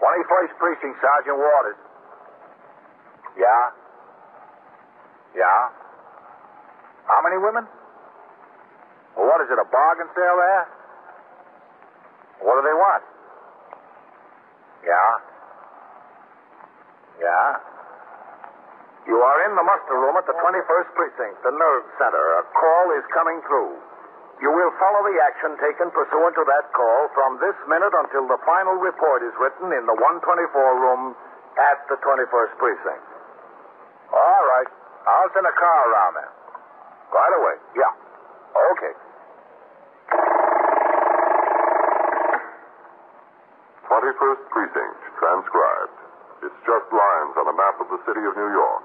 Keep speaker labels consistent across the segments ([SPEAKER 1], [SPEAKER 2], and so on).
[SPEAKER 1] 21st Precinct, Sergeant Waters. Yeah? Yeah? How many women? Well, what is it, a bargain sale there? What do they want? Yeah? Yeah? You are in the muster room at the 21st Precinct, the nerve center. A call is coming through. You will follow the action taken pursuant to that call from this minute until the final report is written in the 124 room at the 21st Precinct. All right. I'll send a car around there. Right away. Yeah. Okay.
[SPEAKER 2] Twenty-first precinct, transcribed. It's just lines on a map of the city of New York.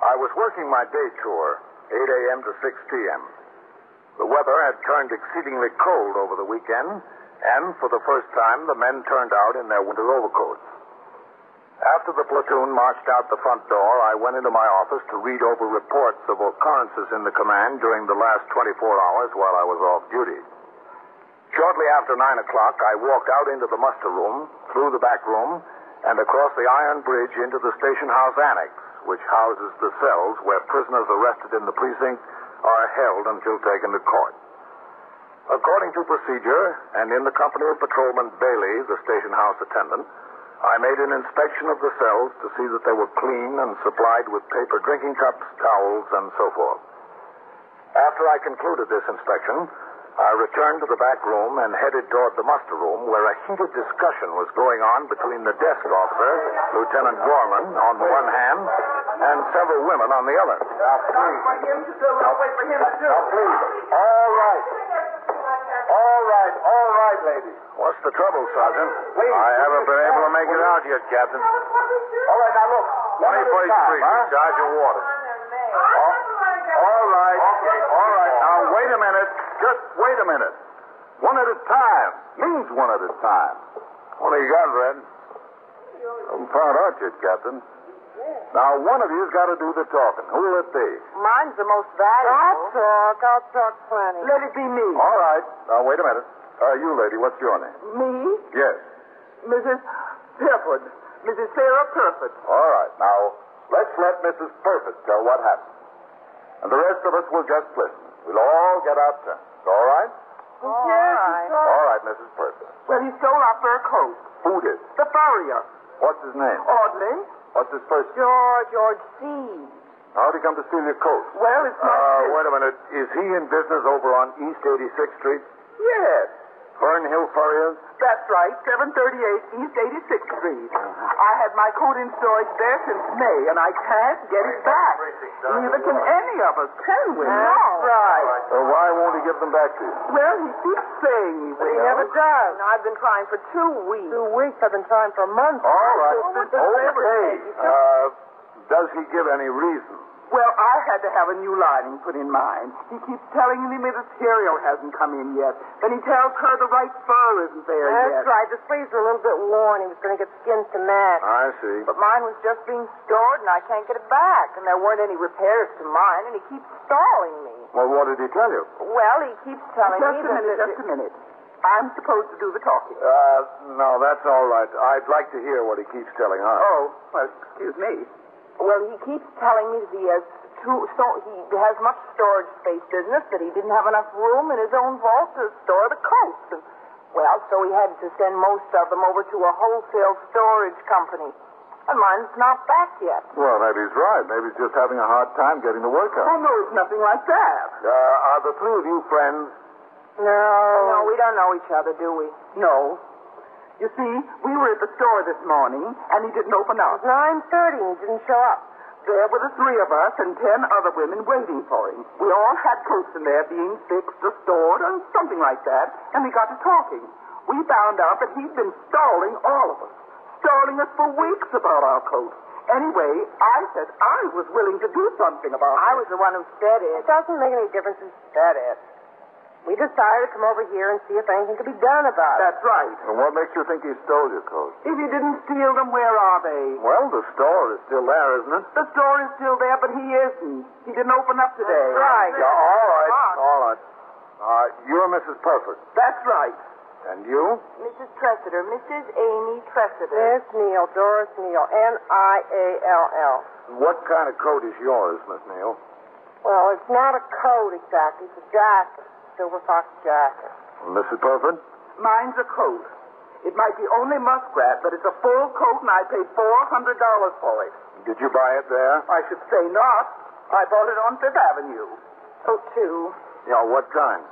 [SPEAKER 1] I was working my day tour, 8 a.m. to 6 p.m. The weather had turned exceedingly cold over the weekend, and for the first time, the men turned out in their winter overcoats. After the platoon marched out the front door, I went into my office to read over reports of occurrences in the command during the last 24 hours while I was off duty. Shortly after 9 o'clock, I walked out into the muster room, through the back room, and across the iron bridge into the station house annex, which houses the cells where prisoners arrested in the precinct are held until taken to court. According to procedure, and in the company of Patrolman Bailey, the station house attendant, I made an inspection of the cells to see that they were clean and supplied with paper drinking cups, towels, and so forth. After I concluded this inspection, I returned to the back room and headed toward the muster room where a heated discussion was going on between the desk officer, Lieutenant Gorman, on the one hand, and several women on the other. Now, please. Now, please. All right. All right. All right, ladies. What's the trouble, Sergeant?
[SPEAKER 3] Please.
[SPEAKER 1] I haven't been able to make it out yet, Captain.
[SPEAKER 3] All right, now look. One at a
[SPEAKER 1] 21st
[SPEAKER 3] time,
[SPEAKER 1] Street,
[SPEAKER 3] huh?
[SPEAKER 1] Sergeant Waters. All right. All right. Now, wait a minute. Just wait a minute. One at a time. Means one at a time. What do you got, Red? Haven't found out yet, Captain. Now, one of you's got to do the talking. Who'll it be?
[SPEAKER 4] Mine's the most valuable.
[SPEAKER 5] I'll talk. I'll talk plenty.
[SPEAKER 4] Let it be me.
[SPEAKER 1] All right. Now, wait a minute. Uh, you, lady, what's your name?
[SPEAKER 4] Me?
[SPEAKER 1] Yes.
[SPEAKER 4] Mrs. Purford. Mrs. Sarah Purford.
[SPEAKER 1] All right. Now, let's let Mrs. Perfect tell what happened. And the rest of us will just listen. We'll all get our turns. All right?
[SPEAKER 4] All
[SPEAKER 5] Yes,
[SPEAKER 4] right.
[SPEAKER 1] All right, Mrs. Perfect.
[SPEAKER 4] Well, he stole our fur coat.
[SPEAKER 1] Who did?
[SPEAKER 4] The furrier.
[SPEAKER 1] What's his name?
[SPEAKER 4] Audley.
[SPEAKER 1] What's his first name?
[SPEAKER 4] George, George C.
[SPEAKER 1] How'd he come to steal your coat? Uh,
[SPEAKER 4] Well, it's my...
[SPEAKER 1] wait a minute. Is he in business over on East 86th Street?
[SPEAKER 4] yes,
[SPEAKER 1] Fern Hill Furriers?
[SPEAKER 4] that's right. 738 East 86th Street. I had my coat in storage there since May, and I can't get it back. Neither can any of us, can we? That's right.
[SPEAKER 1] Well, Uh, why won't he give them back to you?
[SPEAKER 4] Well, he keeps saying he will.
[SPEAKER 5] He never does. And I've been trying for two weeks. Two weeks? I've been trying for a month.
[SPEAKER 1] All right.
[SPEAKER 5] Well, what's the
[SPEAKER 1] Okay.
[SPEAKER 5] difference?
[SPEAKER 1] Uh, does he give any reason?
[SPEAKER 4] Well, I had to have a new lining put in mine. He keeps telling me the material hasn't come in yet. Then he tells her the right fur isn't there yet.
[SPEAKER 5] That's right. The sleeves were a little bit worn. He was going to get skins to match.
[SPEAKER 1] I see.
[SPEAKER 5] But mine was just being stored, and I can't get it back. And there weren't any repairs to mine, and he keeps stalling me.
[SPEAKER 1] Well, what did he tell you?
[SPEAKER 5] Well, he keeps telling
[SPEAKER 4] Just
[SPEAKER 5] me
[SPEAKER 4] a
[SPEAKER 5] that...
[SPEAKER 4] minute, just a minute. I'm supposed to do the talking.
[SPEAKER 1] Uh, no, that's all right. I'd like to hear what he keeps telling her.
[SPEAKER 4] Oh, well, excuse me.
[SPEAKER 5] Well, he keeps telling me that he has too, so he has much storage space business, that he didn't have enough room in his own vault to store the coats. And, well, so he had to send most of them over to a wholesale storage company. And mine's not back yet.
[SPEAKER 1] Well, maybe he's right. Maybe he's just having a hard time getting the work
[SPEAKER 4] Oh,
[SPEAKER 1] out.
[SPEAKER 4] no, it's nothing like that.
[SPEAKER 1] Uh, are the three of you friends?
[SPEAKER 5] No. No, we don't know each other, do we?
[SPEAKER 4] No. You see, we were at the store this morning, and he didn't open up.
[SPEAKER 5] 9.30 and he didn't show up.
[SPEAKER 4] There were the three of us and ten other women waiting for him. We all had coats in there being fixed or stored or something like that, and we got to talking. We found out that he'd been stalling all of us, stalling us for weeks about our coat. Anyway, I said I was willing to do something about it.
[SPEAKER 5] I was the one who said it. It doesn't make any difference who said it. We decided to come over here and see if anything could be done about it.
[SPEAKER 4] That's right.
[SPEAKER 1] And what makes you think he stole your coat?
[SPEAKER 4] If you didn't steal them, where are they?
[SPEAKER 1] Well, the store is still there, isn't it?
[SPEAKER 4] The store is still there, but he isn't. He didn't open up today.
[SPEAKER 5] That's right.
[SPEAKER 1] Yeah, all right, all right. Uh, you're Mrs. Perfect,
[SPEAKER 4] That's right.
[SPEAKER 1] and you?
[SPEAKER 3] Mrs. Tressider, Mrs. Amy Tressider.
[SPEAKER 5] Miss Neal, Doris Neal, N-I-A-L-L.
[SPEAKER 1] What kind of coat is yours, Miss Neal?
[SPEAKER 5] Well, it's not a coat exactly. It's a jacket, silver fox jacket.
[SPEAKER 1] Mrs. Perford?
[SPEAKER 4] Mine's a coat. It might be only muskrat, but it's a full coat, and I paid four hundred dollars for it.
[SPEAKER 1] Did you buy it there?
[SPEAKER 4] I should say not. I bought it on Fifth Avenue.
[SPEAKER 5] Oh, two.
[SPEAKER 1] Yeah, what kind?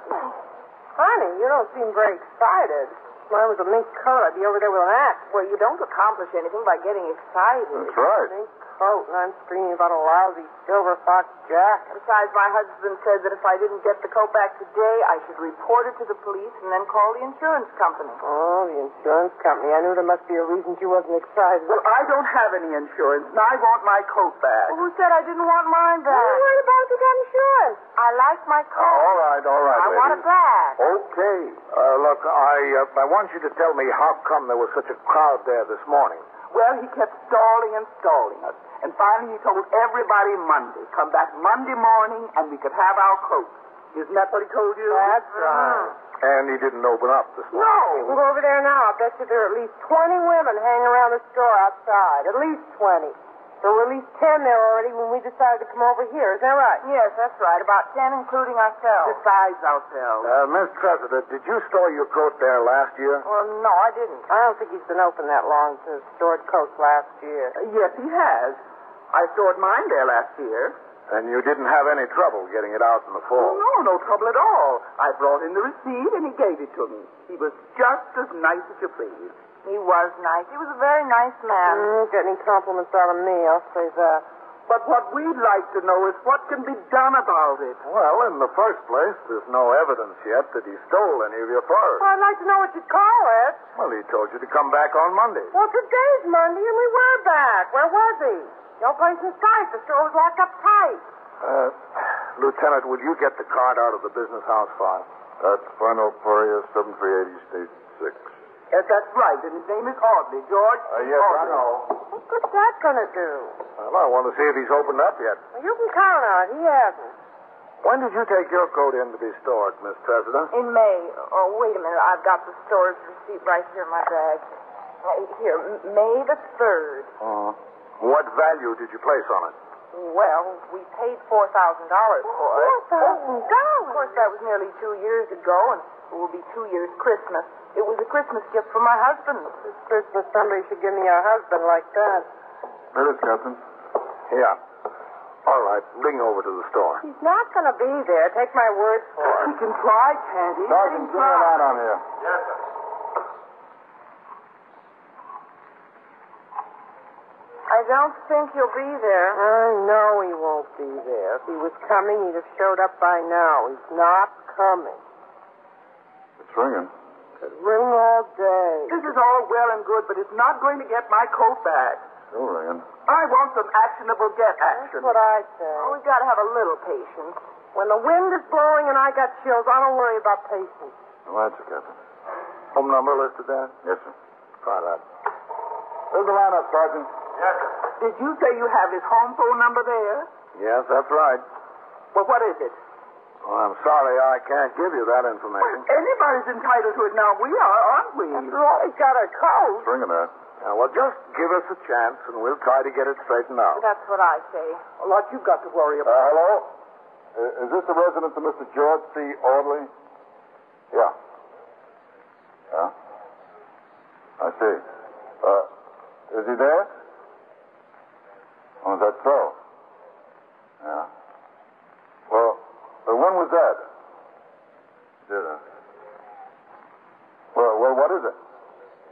[SPEAKER 5] Honey, you don't seem very excited. Mine was a mink coat. I'd be over there with an axe.
[SPEAKER 3] Well, you don't accomplish anything by getting excited.
[SPEAKER 2] That's right.
[SPEAKER 5] Mink coat, and I'm screaming about a lousy silver fox jacket.
[SPEAKER 3] Besides, my husband said that if I didn't get the coat back today, I should report it to the police and then call the insurance company.
[SPEAKER 5] Oh, the insurance company. I knew there must be a reason she wasn't excited.
[SPEAKER 4] Well, I don't have any insurance, and I want my coat back.
[SPEAKER 3] Who said I didn't want mine
[SPEAKER 5] What are
[SPEAKER 3] back?
[SPEAKER 5] you worried about if you got insurance?
[SPEAKER 3] I like my
[SPEAKER 1] Oh,
[SPEAKER 3] coat.
[SPEAKER 1] all right, all right,
[SPEAKER 3] I
[SPEAKER 1] ladies.
[SPEAKER 3] want it back.
[SPEAKER 1] Okay. Uh, look, I uh, I want you to tell me how come there was such a crowd there this morning.
[SPEAKER 4] Well, he kept stalling and stalling us. And finally, he told everybody Monday. Come back Monday morning, and we could have our coat. Isn't that what he told you?
[SPEAKER 5] That's right.
[SPEAKER 1] And he didn't open up this morning.
[SPEAKER 5] We'll
[SPEAKER 4] No!
[SPEAKER 5] go over there now. I bet you there are at least 20 women hanging around the store outside. At least 20. There were at least 10 there already when we decided to come over here. Is that right?
[SPEAKER 3] Yes, that's right. About ten, including ourselves.
[SPEAKER 4] Besides ourselves.
[SPEAKER 1] Uh, Miss Tressida, did you store your coat there last year?
[SPEAKER 3] Well, no, I didn't.
[SPEAKER 5] I don't think he's been open that long since stored coats last year.
[SPEAKER 4] Uh, yes, he has. I stored mine there last year.
[SPEAKER 1] And you didn't have any trouble getting it out in the
[SPEAKER 4] Oh,
[SPEAKER 1] fall.
[SPEAKER 4] no, no trouble at all. I brought in the receipt, and he gave it to me. He was just as nice as you please.
[SPEAKER 3] He was nice. He was a very nice man.
[SPEAKER 5] Mm, get any compliments out of me, I'll say that.
[SPEAKER 4] But what we'd like to know is what can be done about it.
[SPEAKER 1] Well, in the first place, there's no evidence yet that he stole any of your furs.
[SPEAKER 5] Well, I'd like to know what you call it.
[SPEAKER 1] Well, he told you to come back on Monday.
[SPEAKER 5] Well, today's Monday, and we were back. Where was he? No place in sight. The store was locked up tight.
[SPEAKER 1] Uh, Lieutenant, would you get the card out of the business house file?
[SPEAKER 2] That's Final Perea, 7380 State 6.
[SPEAKER 4] Yes, that's right. And his name is Audley, George.
[SPEAKER 2] Uh, yes, I
[SPEAKER 4] Audley.
[SPEAKER 2] know.
[SPEAKER 5] What good's that going to do?
[SPEAKER 1] Well, I want to see if he's opened up yet.
[SPEAKER 5] Well, you can count on it. He hasn't.
[SPEAKER 1] When did you take your coat in to be stored, Miss Tressida?
[SPEAKER 3] In May. Oh, wait a minute. I've got the store's receipt right here in my bag. Right here, M- May the 3rd.
[SPEAKER 1] Uh, what value did you place on it?
[SPEAKER 3] Well, we paid $4,000 for it.
[SPEAKER 5] $4,000?
[SPEAKER 3] Of course, that was nearly two years ago, and it will be two years Christmas. It was a Christmas gift for my husband.
[SPEAKER 5] This Christmas, somebody should give me a husband like that.
[SPEAKER 2] There it is, Captain.
[SPEAKER 1] Yeah. All right, bring over to the store.
[SPEAKER 5] He's not going to be there. Take my word for it.
[SPEAKER 4] He can try, can't he?
[SPEAKER 2] Sergeant, give me a light on here.
[SPEAKER 3] I don't think he'll be there.
[SPEAKER 5] I know he won't be there. If he was coming, he'd have showed up by now. He's not coming.
[SPEAKER 2] It's ringing.
[SPEAKER 5] Could ring all day.
[SPEAKER 4] This is all well and good, but it's not going to get my coat back.
[SPEAKER 2] Still ringing.
[SPEAKER 4] I want some actionable get
[SPEAKER 5] That's
[SPEAKER 4] action.
[SPEAKER 5] what I say.
[SPEAKER 3] Well, we've got to have a little patience.
[SPEAKER 5] When the wind is blowing and I got chills, I don't worry about patience.
[SPEAKER 2] I'll answer, Captain.
[SPEAKER 1] Home number listed there?
[SPEAKER 2] Yes, sir.
[SPEAKER 1] Try that.
[SPEAKER 2] There's the lineup, Sergeant.
[SPEAKER 4] Did you say you have his home phone number there?
[SPEAKER 1] Yes, that's right.
[SPEAKER 4] Well, what is it?
[SPEAKER 1] Well, Oh, I'm sorry I can't give you that information.
[SPEAKER 4] Anybody's entitled to it now. We are, aren't we?
[SPEAKER 5] all, he's got a
[SPEAKER 2] It's
[SPEAKER 5] cold.
[SPEAKER 2] ringing there.
[SPEAKER 1] Now, well, just give us a chance, and we'll try to get it straightened out.
[SPEAKER 3] That's what I say.
[SPEAKER 4] What you've got to worry
[SPEAKER 2] Uh,
[SPEAKER 4] about.
[SPEAKER 2] hello? Uh, is this the residence of Mr. George C. Audley? Yeah. Yeah? I see. Uh, is he there? Oh, is that so? Yeah. Well, uh, when was that? Did I? Well, well, what is it?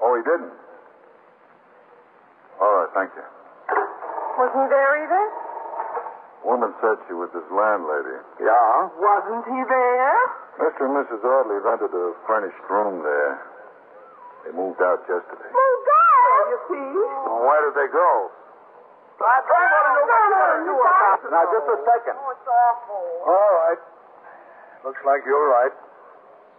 [SPEAKER 2] Oh, he didn't. All right, thank you.
[SPEAKER 5] Wasn't he there either?
[SPEAKER 2] Woman said she was his landlady.
[SPEAKER 1] Yeah?
[SPEAKER 4] Wasn't he there?
[SPEAKER 2] Mr. and Mrs. Audley rented a furnished room there. They moved out yesterday.
[SPEAKER 3] Moved out?
[SPEAKER 4] You see?
[SPEAKER 1] Well, where did they go?
[SPEAKER 4] I don't want to know what
[SPEAKER 3] no,
[SPEAKER 4] you do about it.
[SPEAKER 1] Now, just a second.
[SPEAKER 3] Oh, it's awful.
[SPEAKER 1] All right. Looks like you're right.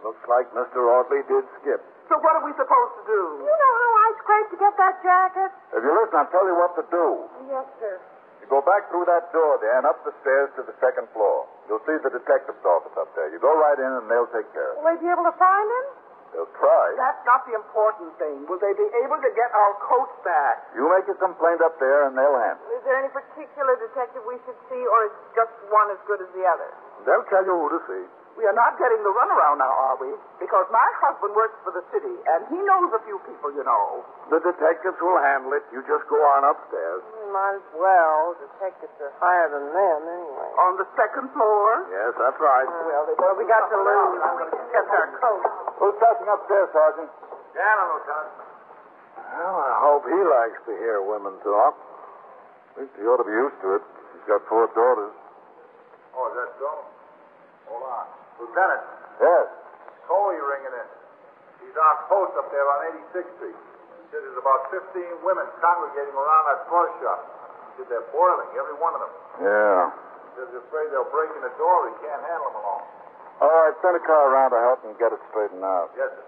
[SPEAKER 1] Looks like Mr. Audley did skip.
[SPEAKER 4] So what are we supposed to do?
[SPEAKER 3] You know how I scraped to get that jacket?
[SPEAKER 1] If you listen, I'll tell you what to do.
[SPEAKER 3] Yes, sir.
[SPEAKER 1] You go back through that door there and up the stairs to the second floor. You'll see the detective's office up there. You go right in and they'll take care of it.
[SPEAKER 3] Will they be able to find him?
[SPEAKER 1] They'll try.
[SPEAKER 4] That's not the important thing. Will they be able to get our coats back?
[SPEAKER 1] You make your complaint up there and they'll handle
[SPEAKER 3] Is there any particular detective we should see, or is just one as good as the other?
[SPEAKER 1] it. They'll tell you who to see.
[SPEAKER 4] We are not getting the runaround now, are we? Because my husband works for the city, and he knows a few people, you know.
[SPEAKER 1] The detectives will handle it. You just go on upstairs.
[SPEAKER 5] Might as well. Detectives are higher than them, anyway.
[SPEAKER 3] Oh.
[SPEAKER 4] On the second floor.
[SPEAKER 1] Yes, that's right.
[SPEAKER 5] Well, they, well we got to lose.
[SPEAKER 4] Get our coats.
[SPEAKER 1] Who's passing upstairs, Sergeant?
[SPEAKER 4] Down, Lieutenant.
[SPEAKER 1] Well, I hope he likes to hear women talk.
[SPEAKER 2] At least he ought to be used to it. He's got four daughters.
[SPEAKER 1] Oh, is that so? Hold on. Lieutenant. Yes. Coley ringing in. He's on post up there on 86th Street. He said there's about 15 women congregating around that floor shop. He said they're boiling, every one of them.
[SPEAKER 2] Yeah.
[SPEAKER 1] He says he's afraid they'll break in the door. He can't handle them alone.
[SPEAKER 2] All right, send a car around to help him get it straightened out.
[SPEAKER 1] Yes, sir.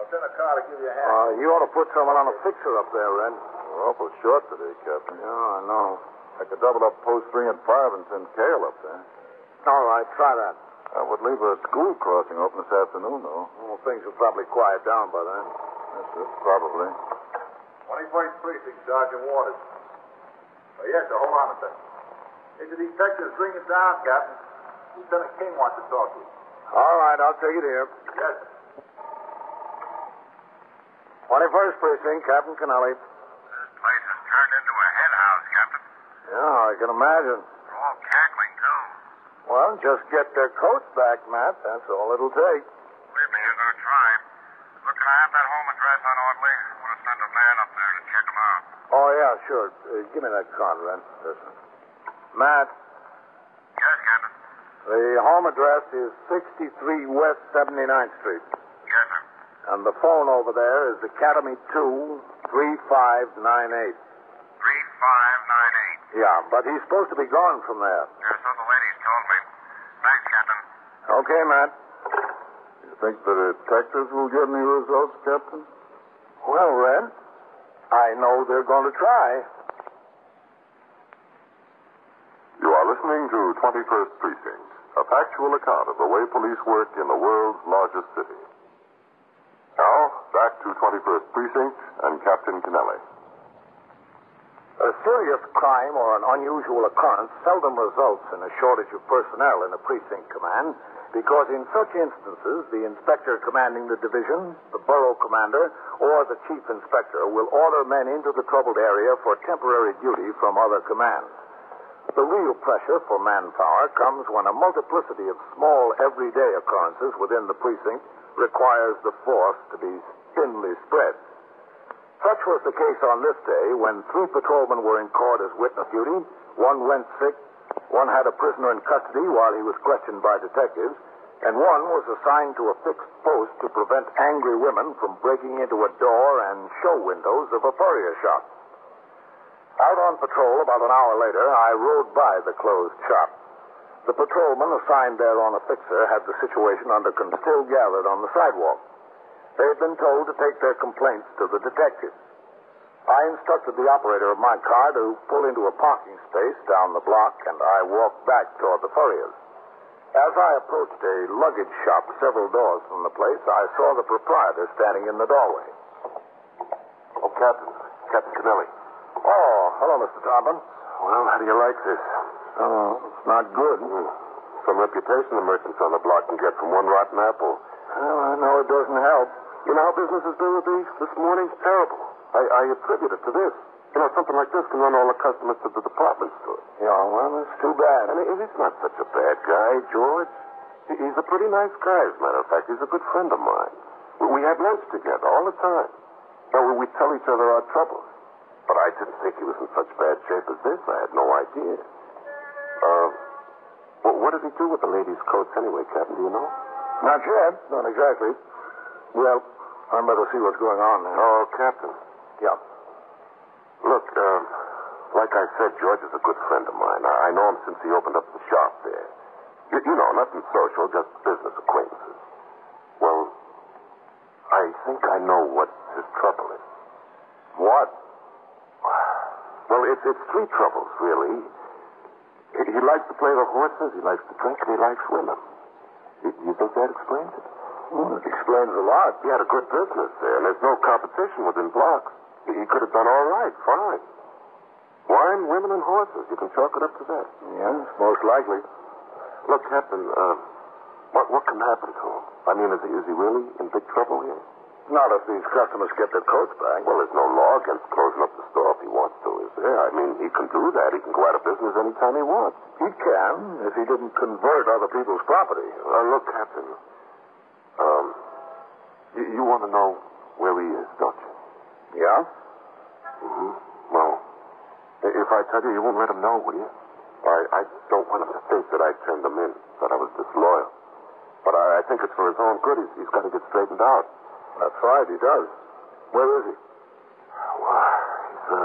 [SPEAKER 1] I'll send a car to give you a hand. Uh, you ought to put someone on a fixer up there, Ren.
[SPEAKER 2] We're awful short today, Captain.
[SPEAKER 1] Yeah, I know.
[SPEAKER 2] I could double up post three and five and send Kale up there.
[SPEAKER 1] All right, try that.
[SPEAKER 2] I would leave a school crossing open this afternoon, though.
[SPEAKER 1] Well, things will probably quiet down by then.
[SPEAKER 2] Yes, sir, probably.
[SPEAKER 1] 21st Precinct, Sergeant Waters. Oh, yes, sir. Hold on a second. Hey, the detective's ringing down, Captain. Lieutenant King wants to talk to you. All right, I'll take it here. Yes, sir. 21st Precinct, Captain Kennelly.
[SPEAKER 6] This place has turned into a hen house, Captain.
[SPEAKER 1] Yeah, I can imagine.
[SPEAKER 6] They're all cackling, too.
[SPEAKER 1] Well, just get their coats back, Matt. That's all it'll take.
[SPEAKER 6] Believe me, you're going to try. Look, can I have that home address on Audley? I want to send a man up there to check him out.
[SPEAKER 1] Oh, yeah, sure. Uh, give me that Conrad. Listen. Matt,
[SPEAKER 6] Yes, Captain.
[SPEAKER 1] the home address is 63 West 79th Street.
[SPEAKER 6] Yes, sir.
[SPEAKER 1] And the phone over there is Academy 2 3598.
[SPEAKER 6] 3598.
[SPEAKER 1] Yeah, but he's supposed to be gone from there.
[SPEAKER 6] Yes, so the ladies told me. Thanks, Captain.
[SPEAKER 1] Okay, Matt.
[SPEAKER 2] You think the detectives will get any results, Captain?
[SPEAKER 1] Well, Red, I know they're going to try.
[SPEAKER 2] You are listening to 21st Precinct, a factual account of the way police work in the world's largest city. Now, back to 21st Precinct and Captain Kennelly.
[SPEAKER 1] A serious crime or an unusual occurrence seldom results in a shortage of personnel in a precinct command because, in such instances, the inspector commanding the division, the borough commander, or the chief inspector will order men into the troubled area for temporary duty from other commands. The real pressure for manpower comes when a multiplicity of small everyday occurrences within the precinct requires the force to be thinly spread. Such was the case on this day when three patrolmen were in court as witness duty. One went sick, one had a prisoner in custody while he was questioned by detectives, and one was assigned to a fixed post to prevent angry women from breaking into a door and show windows of a furrier shop. Out on patrol about an hour later, I rode by the closed shop. The patrolman assigned there on a fixer had the situation under control, still gathered on the sidewalk. They had been told to take their complaints to the detective. I instructed the operator of my car to pull into a parking space down the block, and I walked back toward the furriers. As I approached a luggage shop several doors from the place, I saw the proprietor standing in the doorway.
[SPEAKER 2] Oh, Captain. Captain Kennelly.
[SPEAKER 1] Oh, hello, Mr. Tarpon.
[SPEAKER 2] Well, how do you like this?
[SPEAKER 1] Oh, it's not good.
[SPEAKER 2] Hmm. Some reputation the merchants on the block can get from one rotten apple.
[SPEAKER 1] Well, I know it doesn't help.
[SPEAKER 2] You know how business has been with these this morning? Terrible. I, I attribute it to this. You know, something like this can run all the customers to the department store.
[SPEAKER 1] Yeah, well, it's too bad.
[SPEAKER 2] And he- he's not such a bad guy, George. He- He's a pretty nice guy, as a matter of fact. He's a good friend of mine. We- We had lunch together all the time. You know, we we tell each other our troubles. But I didn't think he was in such bad shape as this. I had no idea. Uh, wh- what does he do with the ladies' coats anyway, Captain? Do you know?
[SPEAKER 1] Not yet, not exactly. Well, I'd better see what's going on there.
[SPEAKER 2] Oh, Captain.
[SPEAKER 1] Yeah.
[SPEAKER 2] Look, um, like I said, George is a good friend of mine. I, I know him since he opened up the shop there. You, you know, nothing social, just business acquaintances. Well, I think I know what his trouble is.
[SPEAKER 1] What?
[SPEAKER 2] Well, it's, it's three troubles, really. He, he likes to play the horses, he likes to drink, and he likes women. You, you think that explains it?
[SPEAKER 1] Well, it explains a lot.
[SPEAKER 2] He had a good business there, and there's no competition within blocks. He, he could have done all right, fine. Wine, women, and horses. You can chalk it up to that.
[SPEAKER 1] Yes, most likely.
[SPEAKER 2] Look, Captain, uh, what, what can happen to him? I mean, is he, is he really in big trouble here?
[SPEAKER 1] Not if these customers get their coats back.
[SPEAKER 2] Well, there's no law against closing up the store if he wants to, is there? I mean, he can do that. He can go out of business anytime he wants.
[SPEAKER 1] He can if he didn't convert other people's property.
[SPEAKER 2] Uh, look, Captain, um, you, you want to know where he is, don't you?
[SPEAKER 1] Yeah?
[SPEAKER 2] Mm-hmm. Well, i- if I tell you, you won't let him know, will you? I, I don't want him to think that I turned him in, that I was disloyal. But I, I think it's for his own good. He's, he's got to get straightened out.
[SPEAKER 1] That's right, he does. Where is he?
[SPEAKER 2] Well, he's uh,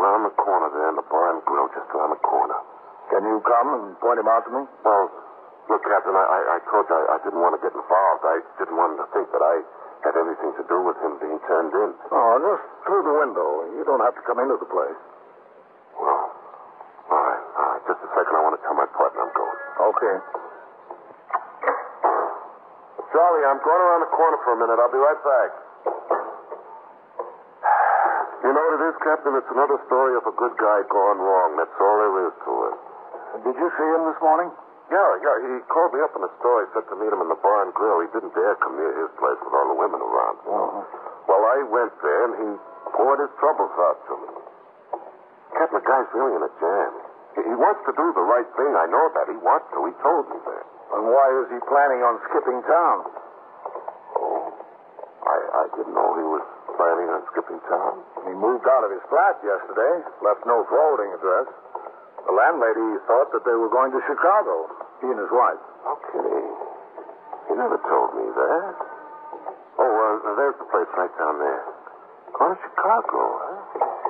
[SPEAKER 2] around the corner there in the bar and grill, just around the corner.
[SPEAKER 1] Can you come and point him out to me?
[SPEAKER 2] Well, look, Captain, I, I, I told you I, I didn't want to get involved. I didn't want him to think that I had anything to do with him being turned in.
[SPEAKER 1] Oh, just through the window. You don't have to come into the place.
[SPEAKER 2] Well, all right, all right. Just a second. I want to tell my partner I'm going.
[SPEAKER 1] Okay.
[SPEAKER 2] Charlie, I'm going around the corner for a minute. I'll be right back. You know what it is, Captain? It's another story of a good guy gone wrong. That's all there is to it.
[SPEAKER 1] Did you see him this morning?
[SPEAKER 2] Yeah, yeah. He called me up in the store. He said to meet him in the bar and grill. He didn't dare come near his place with all the women around.
[SPEAKER 1] Oh.
[SPEAKER 2] Well, I went there, and he poured his troubles out to me. Captain, the guy's really in a jam. He, he wants to do the right thing. I know that. He wants to. He told me that.
[SPEAKER 1] And why is he planning on skipping town?
[SPEAKER 2] Oh, I, I didn't know he was planning on skipping town.
[SPEAKER 1] He moved out of his flat yesterday, left no forwarding address. The landlady thought that they were going to Chicago, he and his wife.
[SPEAKER 2] Okay. He never told me that. Oh, uh, there's the place right down there. Going to Chicago, huh?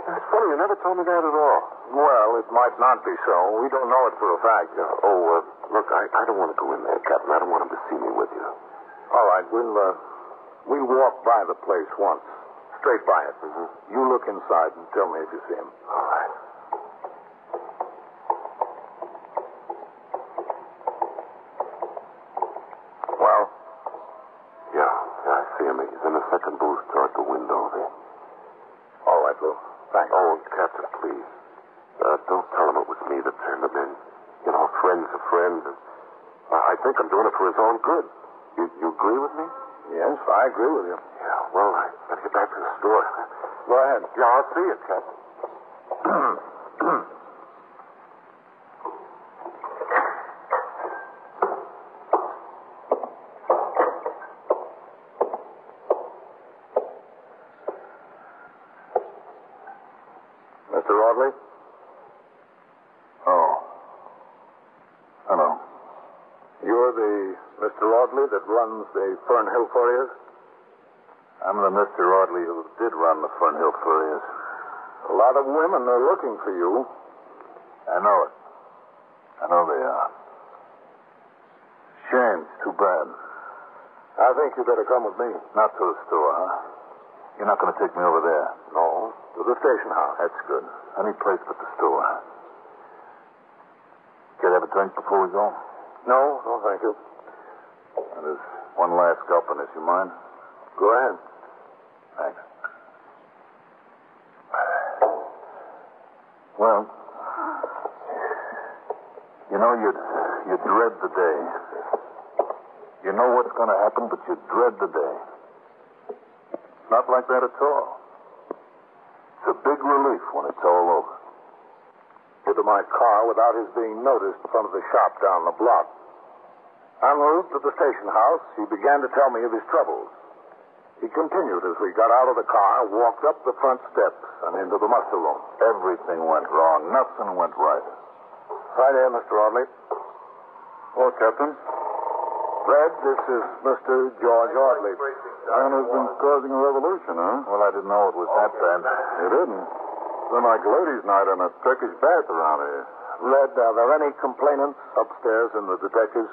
[SPEAKER 2] That's funny. You never told me that at all.
[SPEAKER 1] Well, it might not be so. We don't know it for a fact.
[SPEAKER 2] Oh, uh, look, I, I don't want to go in there, Captain. I don't want him to see me with you.
[SPEAKER 1] All right, we'll, uh, we'll walk by the place once. Straight by it. You look inside and tell me if you see him.
[SPEAKER 2] All right.
[SPEAKER 1] Well,
[SPEAKER 2] Yeah, yeah, I see him. He's in the second booth toward the window there.
[SPEAKER 1] all right, Lou. Thanks.
[SPEAKER 2] Oh, and Captain, please. Uh, don't tell him it was me that turned him in. You know, a friend's a friend. And I I think I'm doing it for his own good. You, you agree with me?
[SPEAKER 1] Yes, I agree with you.
[SPEAKER 2] Yeah, well, I better get back to the store.
[SPEAKER 1] Go ahead.
[SPEAKER 2] Yeah, I'll see you, Captain.
[SPEAKER 1] Mr. Audley?
[SPEAKER 7] Oh. Hello.
[SPEAKER 1] You're the Mr. Audley that runs the Fern Hill Furriers?
[SPEAKER 7] I'm the Mr. Audley who did run the Fernhill Furriers.
[SPEAKER 1] A lot of women are looking for you.
[SPEAKER 7] I know it. I know they are. Shame. It's too bad.
[SPEAKER 1] I think you better come with me.
[SPEAKER 7] Not to the store, huh? You're not going to take me over there.
[SPEAKER 1] No, to the station house.
[SPEAKER 7] That's good. Any place but the store. Care to have a drink before we go?
[SPEAKER 1] No, no, thank you.
[SPEAKER 7] There's one last gulp in this, you mind?
[SPEAKER 1] Go ahead.
[SPEAKER 7] Thanks. Well, you know, you you dread the day. You know what's going to happen, but you dread the day. Not like that at all. It's a big relief when it's all over.
[SPEAKER 1] Into my car without his being noticed in front of the shop down the block. En route to the station house, he began to tell me of his troubles. He continued as we got out of the car, walked up the front steps, and into the muster room.
[SPEAKER 7] Everything went wrong. Nothing went right.
[SPEAKER 1] Right here, Mr. Audley.
[SPEAKER 7] Hello, Captain.
[SPEAKER 2] Red, this is Mr. George Audley.
[SPEAKER 1] Diana's been causing a revolution, huh? Well, I didn't know it was that bad. You didn't? Been like ladies' night in a Turkish bath around here.
[SPEAKER 2] Red, are there any complainants upstairs in the detectives?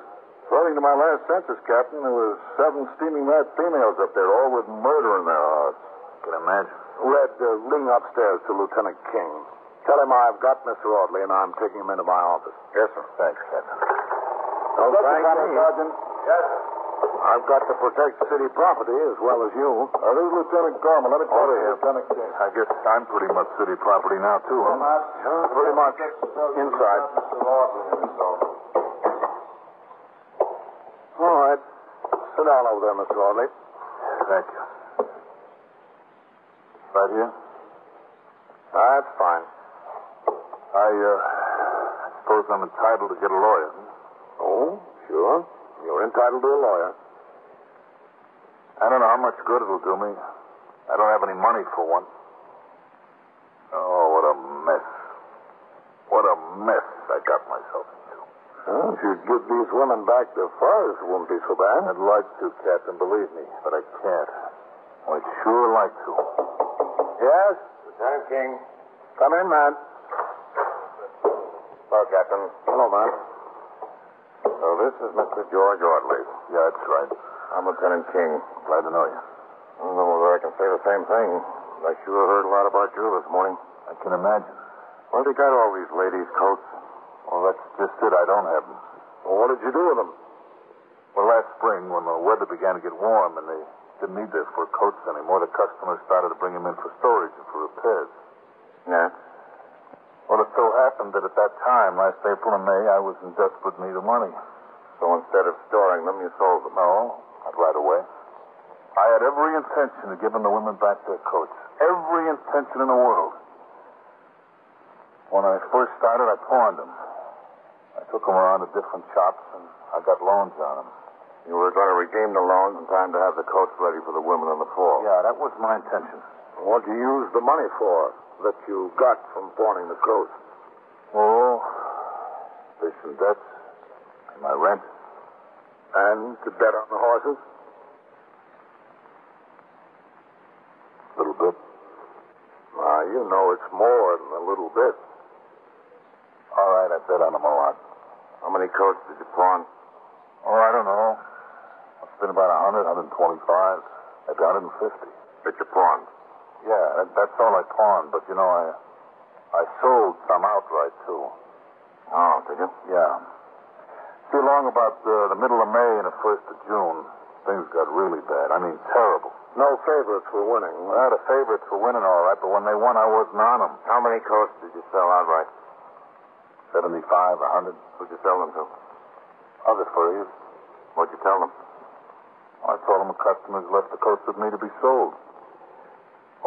[SPEAKER 1] According to my last census, Captain, there were seven steaming mad females up there, all with murder in their hearts. Can imagine.
[SPEAKER 2] Red, uh, ring upstairs to Lieutenant King. Tell him I've got Mr. Audley and I'm taking him into my office.
[SPEAKER 1] Yes, sir. Thanks, Captain.
[SPEAKER 2] No, thank
[SPEAKER 1] Lieutenant
[SPEAKER 2] me.
[SPEAKER 1] Sergeant.
[SPEAKER 2] I've got to protect city property as well as you.
[SPEAKER 1] Uh, this is Lieutenant Gorman. Let me talk
[SPEAKER 2] Order
[SPEAKER 1] to
[SPEAKER 2] here.
[SPEAKER 1] Lieutenant King. I guess I'm pretty much city property now, too, huh?
[SPEAKER 2] Yeah, pretty much. Inside. All right. Sit down over there, Mr. Audley.
[SPEAKER 1] Thank you. Right here?
[SPEAKER 2] That's fine.
[SPEAKER 1] Ah, I, uh, suppose I'm entitled to get a lawyer.
[SPEAKER 2] Oh, sure. You're entitled to a lawyer.
[SPEAKER 1] I don't know how much good it'll do me. I don't have any money for one. Oh, what a mess. What a mess I got myself into.
[SPEAKER 2] Well, if you'd give these women back their furs, it wouldn't be so bad.
[SPEAKER 1] I'd like to, Captain, believe me, but I can't. I'd sure like to.
[SPEAKER 2] Yes?
[SPEAKER 1] Lieutenant King.
[SPEAKER 2] Come in, man.
[SPEAKER 1] Hello, Captain.
[SPEAKER 2] Hello, man.
[SPEAKER 1] So this is Mr. George Audley. Yeah, that's right. I'm Lieutenant King. Glad to know you. I don't know whether I can say the same thing. I sure heard a lot about you this morning. I can imagine. Where do you got all these ladies' coats? Well, that's just it. I don't have them.
[SPEAKER 2] Well, what did you do with them?
[SPEAKER 1] Well, last spring, when the weather began to get warm and they didn't need their fur coats anymore, the customers started to bring them in for storage and for repairs.
[SPEAKER 2] Yeah.
[SPEAKER 1] Well, it so happened that at that time, last April and May, I was in desperate need of money.
[SPEAKER 2] So instead of storing them, you sold them.
[SPEAKER 1] No, not right away. I had every intention of giving the women back their coats. Every intention in the world. When I first started, I pawned them. I took them around to different shops, and I got loans on them.
[SPEAKER 2] You were going to redeem the loans in time to have the coats ready for the women in the fall.
[SPEAKER 1] Yeah, that was my intention.
[SPEAKER 2] What do you use the money for that you got from pawning the coats?
[SPEAKER 1] Oh, this and debts, and my rent.
[SPEAKER 2] And to bet on the horses?
[SPEAKER 1] A little bit.
[SPEAKER 2] Ah, you know it's more than a little bit.
[SPEAKER 1] All right, I bet on them a lot.
[SPEAKER 2] How many coats did you pawn?
[SPEAKER 1] Oh, I don't know. It's been about 100, 125, maybe 150.
[SPEAKER 2] That you pawned.
[SPEAKER 1] Yeah, that, that's all I pawned, but you know, I I sold some outright too.
[SPEAKER 2] Oh, did you?
[SPEAKER 1] Yeah. See, along about uh, the middle of May and the first of June, things got really bad. I mean, terrible.
[SPEAKER 2] No favorites were winning.
[SPEAKER 1] Well, the favorites were winning all right, but when they won, I wasn't on them.
[SPEAKER 2] How many coats did you sell outright?
[SPEAKER 1] Seventy-five, a hundred,
[SPEAKER 2] Who'd you sell them to?
[SPEAKER 1] other furries.
[SPEAKER 2] What'd you tell them?
[SPEAKER 1] I told them the customers left the coats with me to be sold,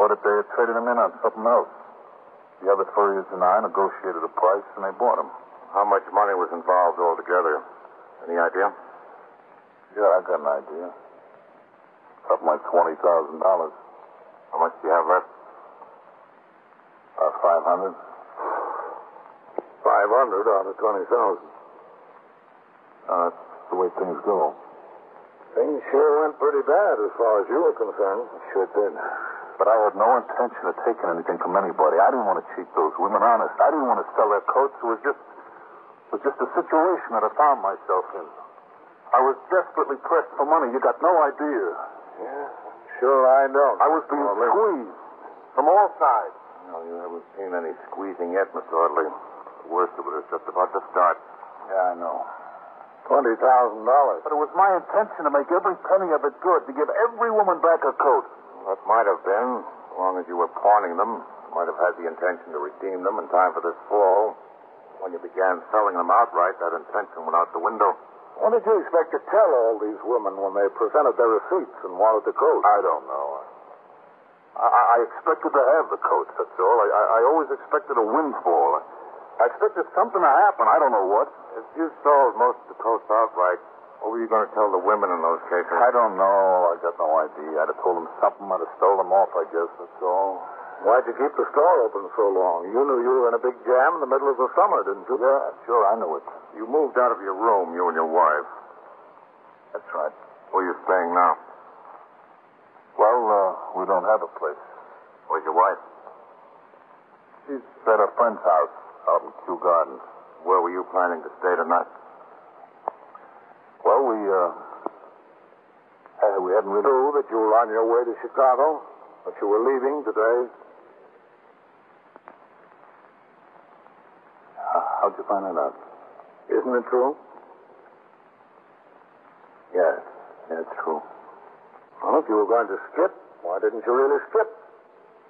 [SPEAKER 1] or that they had traded them in on something else. The other furriers and I negotiated a price, and they bought them.
[SPEAKER 2] How much money was involved altogether? Any idea?
[SPEAKER 1] Yeah, I got an idea. Something like twenty thousand dollars.
[SPEAKER 2] How much do you have left?
[SPEAKER 1] About Uh, five hundred.
[SPEAKER 2] Five hundred out of twenty thousand.
[SPEAKER 1] Uh, that's the way things go.
[SPEAKER 2] Things sure went pretty bad as far as you were concerned.
[SPEAKER 1] Sure did. But I had no intention of taking anything from anybody. I didn't want to cheat those women. Honest, I didn't want to sell their coats. It was just, it was just a situation that I found myself in. I was desperately pressed for money. You got no idea.
[SPEAKER 2] Yeah, sure I don't.
[SPEAKER 1] I was being
[SPEAKER 2] Well, listen.
[SPEAKER 1] squeezed from all sides.
[SPEAKER 2] No, you haven't seen any squeezing yet, Mr. Audley. The worst of it is just about to start.
[SPEAKER 1] Yeah, I know.
[SPEAKER 2] Twenty thousand dollars.
[SPEAKER 1] But it was my intention to make every penny of it good, to give every woman back her coat.
[SPEAKER 2] That might have been, as long as you were pawning them. You might have had the intention to redeem them in time for this fall. When you began selling them outright, that intention went out the window. What did you expect to tell all these women when they presented their receipts and wanted the coat?
[SPEAKER 1] I don't know. I, I I expected to have the coats, that's all. I, I, I always expected a windfall. I expected something to happen. I don't know what.
[SPEAKER 2] If you sold most of the coats outright, what were you going to tell the women in those cases?
[SPEAKER 1] I don't know. I got no idea. I'd have told them something. I'd have stole them off, I guess. That's all.
[SPEAKER 2] Why'd you keep the store open so long? You knew you were in a big jam in the middle of the summer, didn't you?
[SPEAKER 1] Yeah, sure, I knew it.
[SPEAKER 2] You moved out of your room, you and your wife.
[SPEAKER 1] That's right.
[SPEAKER 2] Where are you staying now?
[SPEAKER 1] Well, uh, we don't have a place.
[SPEAKER 2] Where's your wife?
[SPEAKER 1] She's at a friend's house out in Kew Gardens.
[SPEAKER 2] Where were you planning to stay tonight?
[SPEAKER 1] Well, we, uh, uh, we hadn't really.
[SPEAKER 8] Knew that you were on your way to Chicago, that you were leaving today.
[SPEAKER 1] Uh, how'd you find that out?
[SPEAKER 8] Isn't it true?
[SPEAKER 1] Yes, that's true.
[SPEAKER 8] Well, if you were going to skip, why didn't you really skip?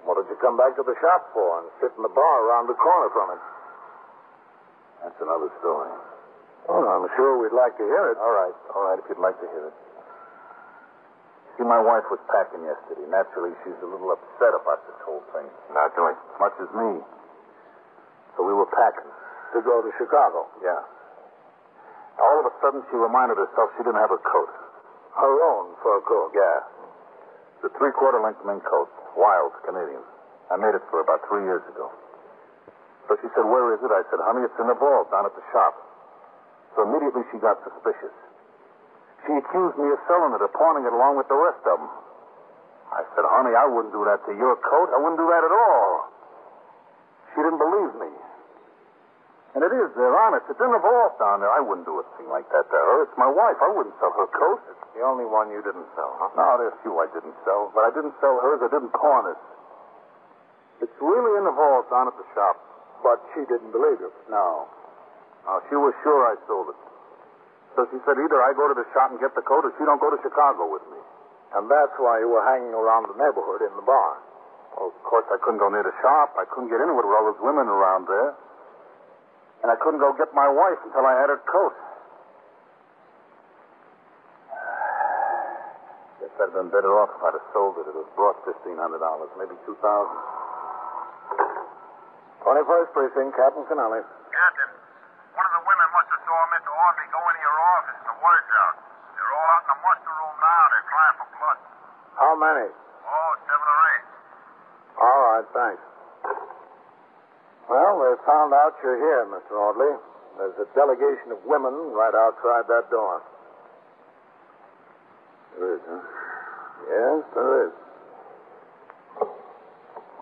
[SPEAKER 8] What did you come back to the shop for and sit in the bar around the corner from it?
[SPEAKER 1] That's another story.
[SPEAKER 8] Oh, I'm sure we'd like to hear it.
[SPEAKER 1] All right, all right, if you'd like to hear it. See, my wife was packing yesterday. Naturally, she's a little upset about this whole thing,
[SPEAKER 2] Naturally.
[SPEAKER 1] as much as me. So we were packing.
[SPEAKER 8] To go to Chicago.
[SPEAKER 1] Yeah. All of a sudden, she reminded herself she didn't have her coat.
[SPEAKER 8] Her own fur coat.
[SPEAKER 1] Yeah. The three quarter length mink coat. Wild Canadian. I made it for her about three years ago. So she said, Where is it? I said, Honey, it's in the vault down at the shop. So immediately she got suspicious. She accused me of selling it or pawning it along with the rest of them. I said, Honey, I wouldn't do that to your coat. I wouldn't do that at all. She didn't believe me. And it is, they're honest. It's in the vault down there. I wouldn't do a thing like that to her. It's my wife. I wouldn't sell her coat.
[SPEAKER 2] The only one you didn't sell, huh?
[SPEAKER 1] No, there's a few I didn't sell, but I didn't sell hers. I didn't pawn it. It's really in the vault down at the shop.
[SPEAKER 8] But she didn't believe you.
[SPEAKER 1] No. No, she was sure I sold it. So she said either I go to the shop and get the coat, or she don't go to Chicago with me.
[SPEAKER 8] And that's why you were hanging around the neighborhood in the bar.
[SPEAKER 1] Well, of course, I couldn't go near the shop. I couldn't get into it with all those women around there. And I couldn't go get my wife until I had her coat. Guess I'd have been better off if I'd have sold it. It would have brought $1,500, maybe 2000
[SPEAKER 8] 21st Precinct, Captain Canelli.
[SPEAKER 9] Captain, one of the women must have saw Mr. Audley go into your office to words out. They're all out in the muster room now. They're crying for blood.
[SPEAKER 8] How many?
[SPEAKER 9] Oh, seven or eight.
[SPEAKER 8] All right, thanks. Well, they found out you're here, Mr. Audley. There's a delegation of women right outside that door.
[SPEAKER 1] There is, huh?
[SPEAKER 8] Yes, there is.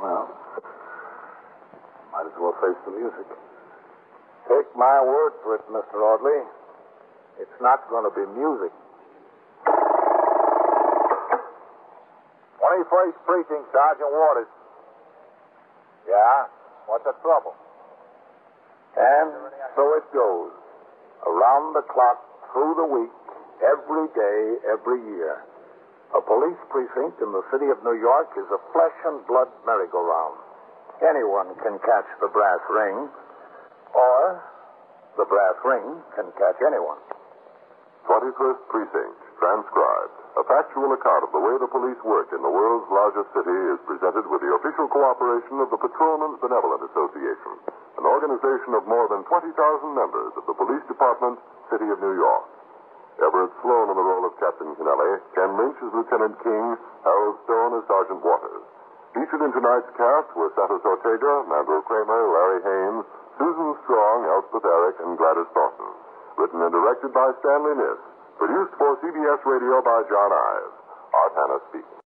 [SPEAKER 1] Well, might as well face the music.
[SPEAKER 8] Take my word for it, Mr. Audley. It's not going to be music.
[SPEAKER 1] 21st Precinct, Sergeant Waters. Yeah? What's the trouble?
[SPEAKER 8] And so it goes. Around the clock, through the week, every day, every year. A police precinct in the city of New York is a flesh and blood merry-go-round. Anyone can catch the brass ring, or the brass ring can catch anyone.
[SPEAKER 2] 21st Precinct, transcribed. A factual account of the way the police work in the world's largest city is presented with the official cooperation of the Patrolmen's Benevolent Association, an organization of more than 20,000 members of the Police Department, City of New York. Everett Sloan in the role of Captain Kennelly, Ken Lynch as Lieutenant King, Harold Stone as Sergeant Waters. Featured in tonight's cast were Santos Ortega, Mandel Kramer, Larry Haynes, Susan Strong, Elspeth Eric, and Gladys Thornton. Written and directed by Stanley Niss. Produced for CBS Radio by John Ives. Art Hannah speaking.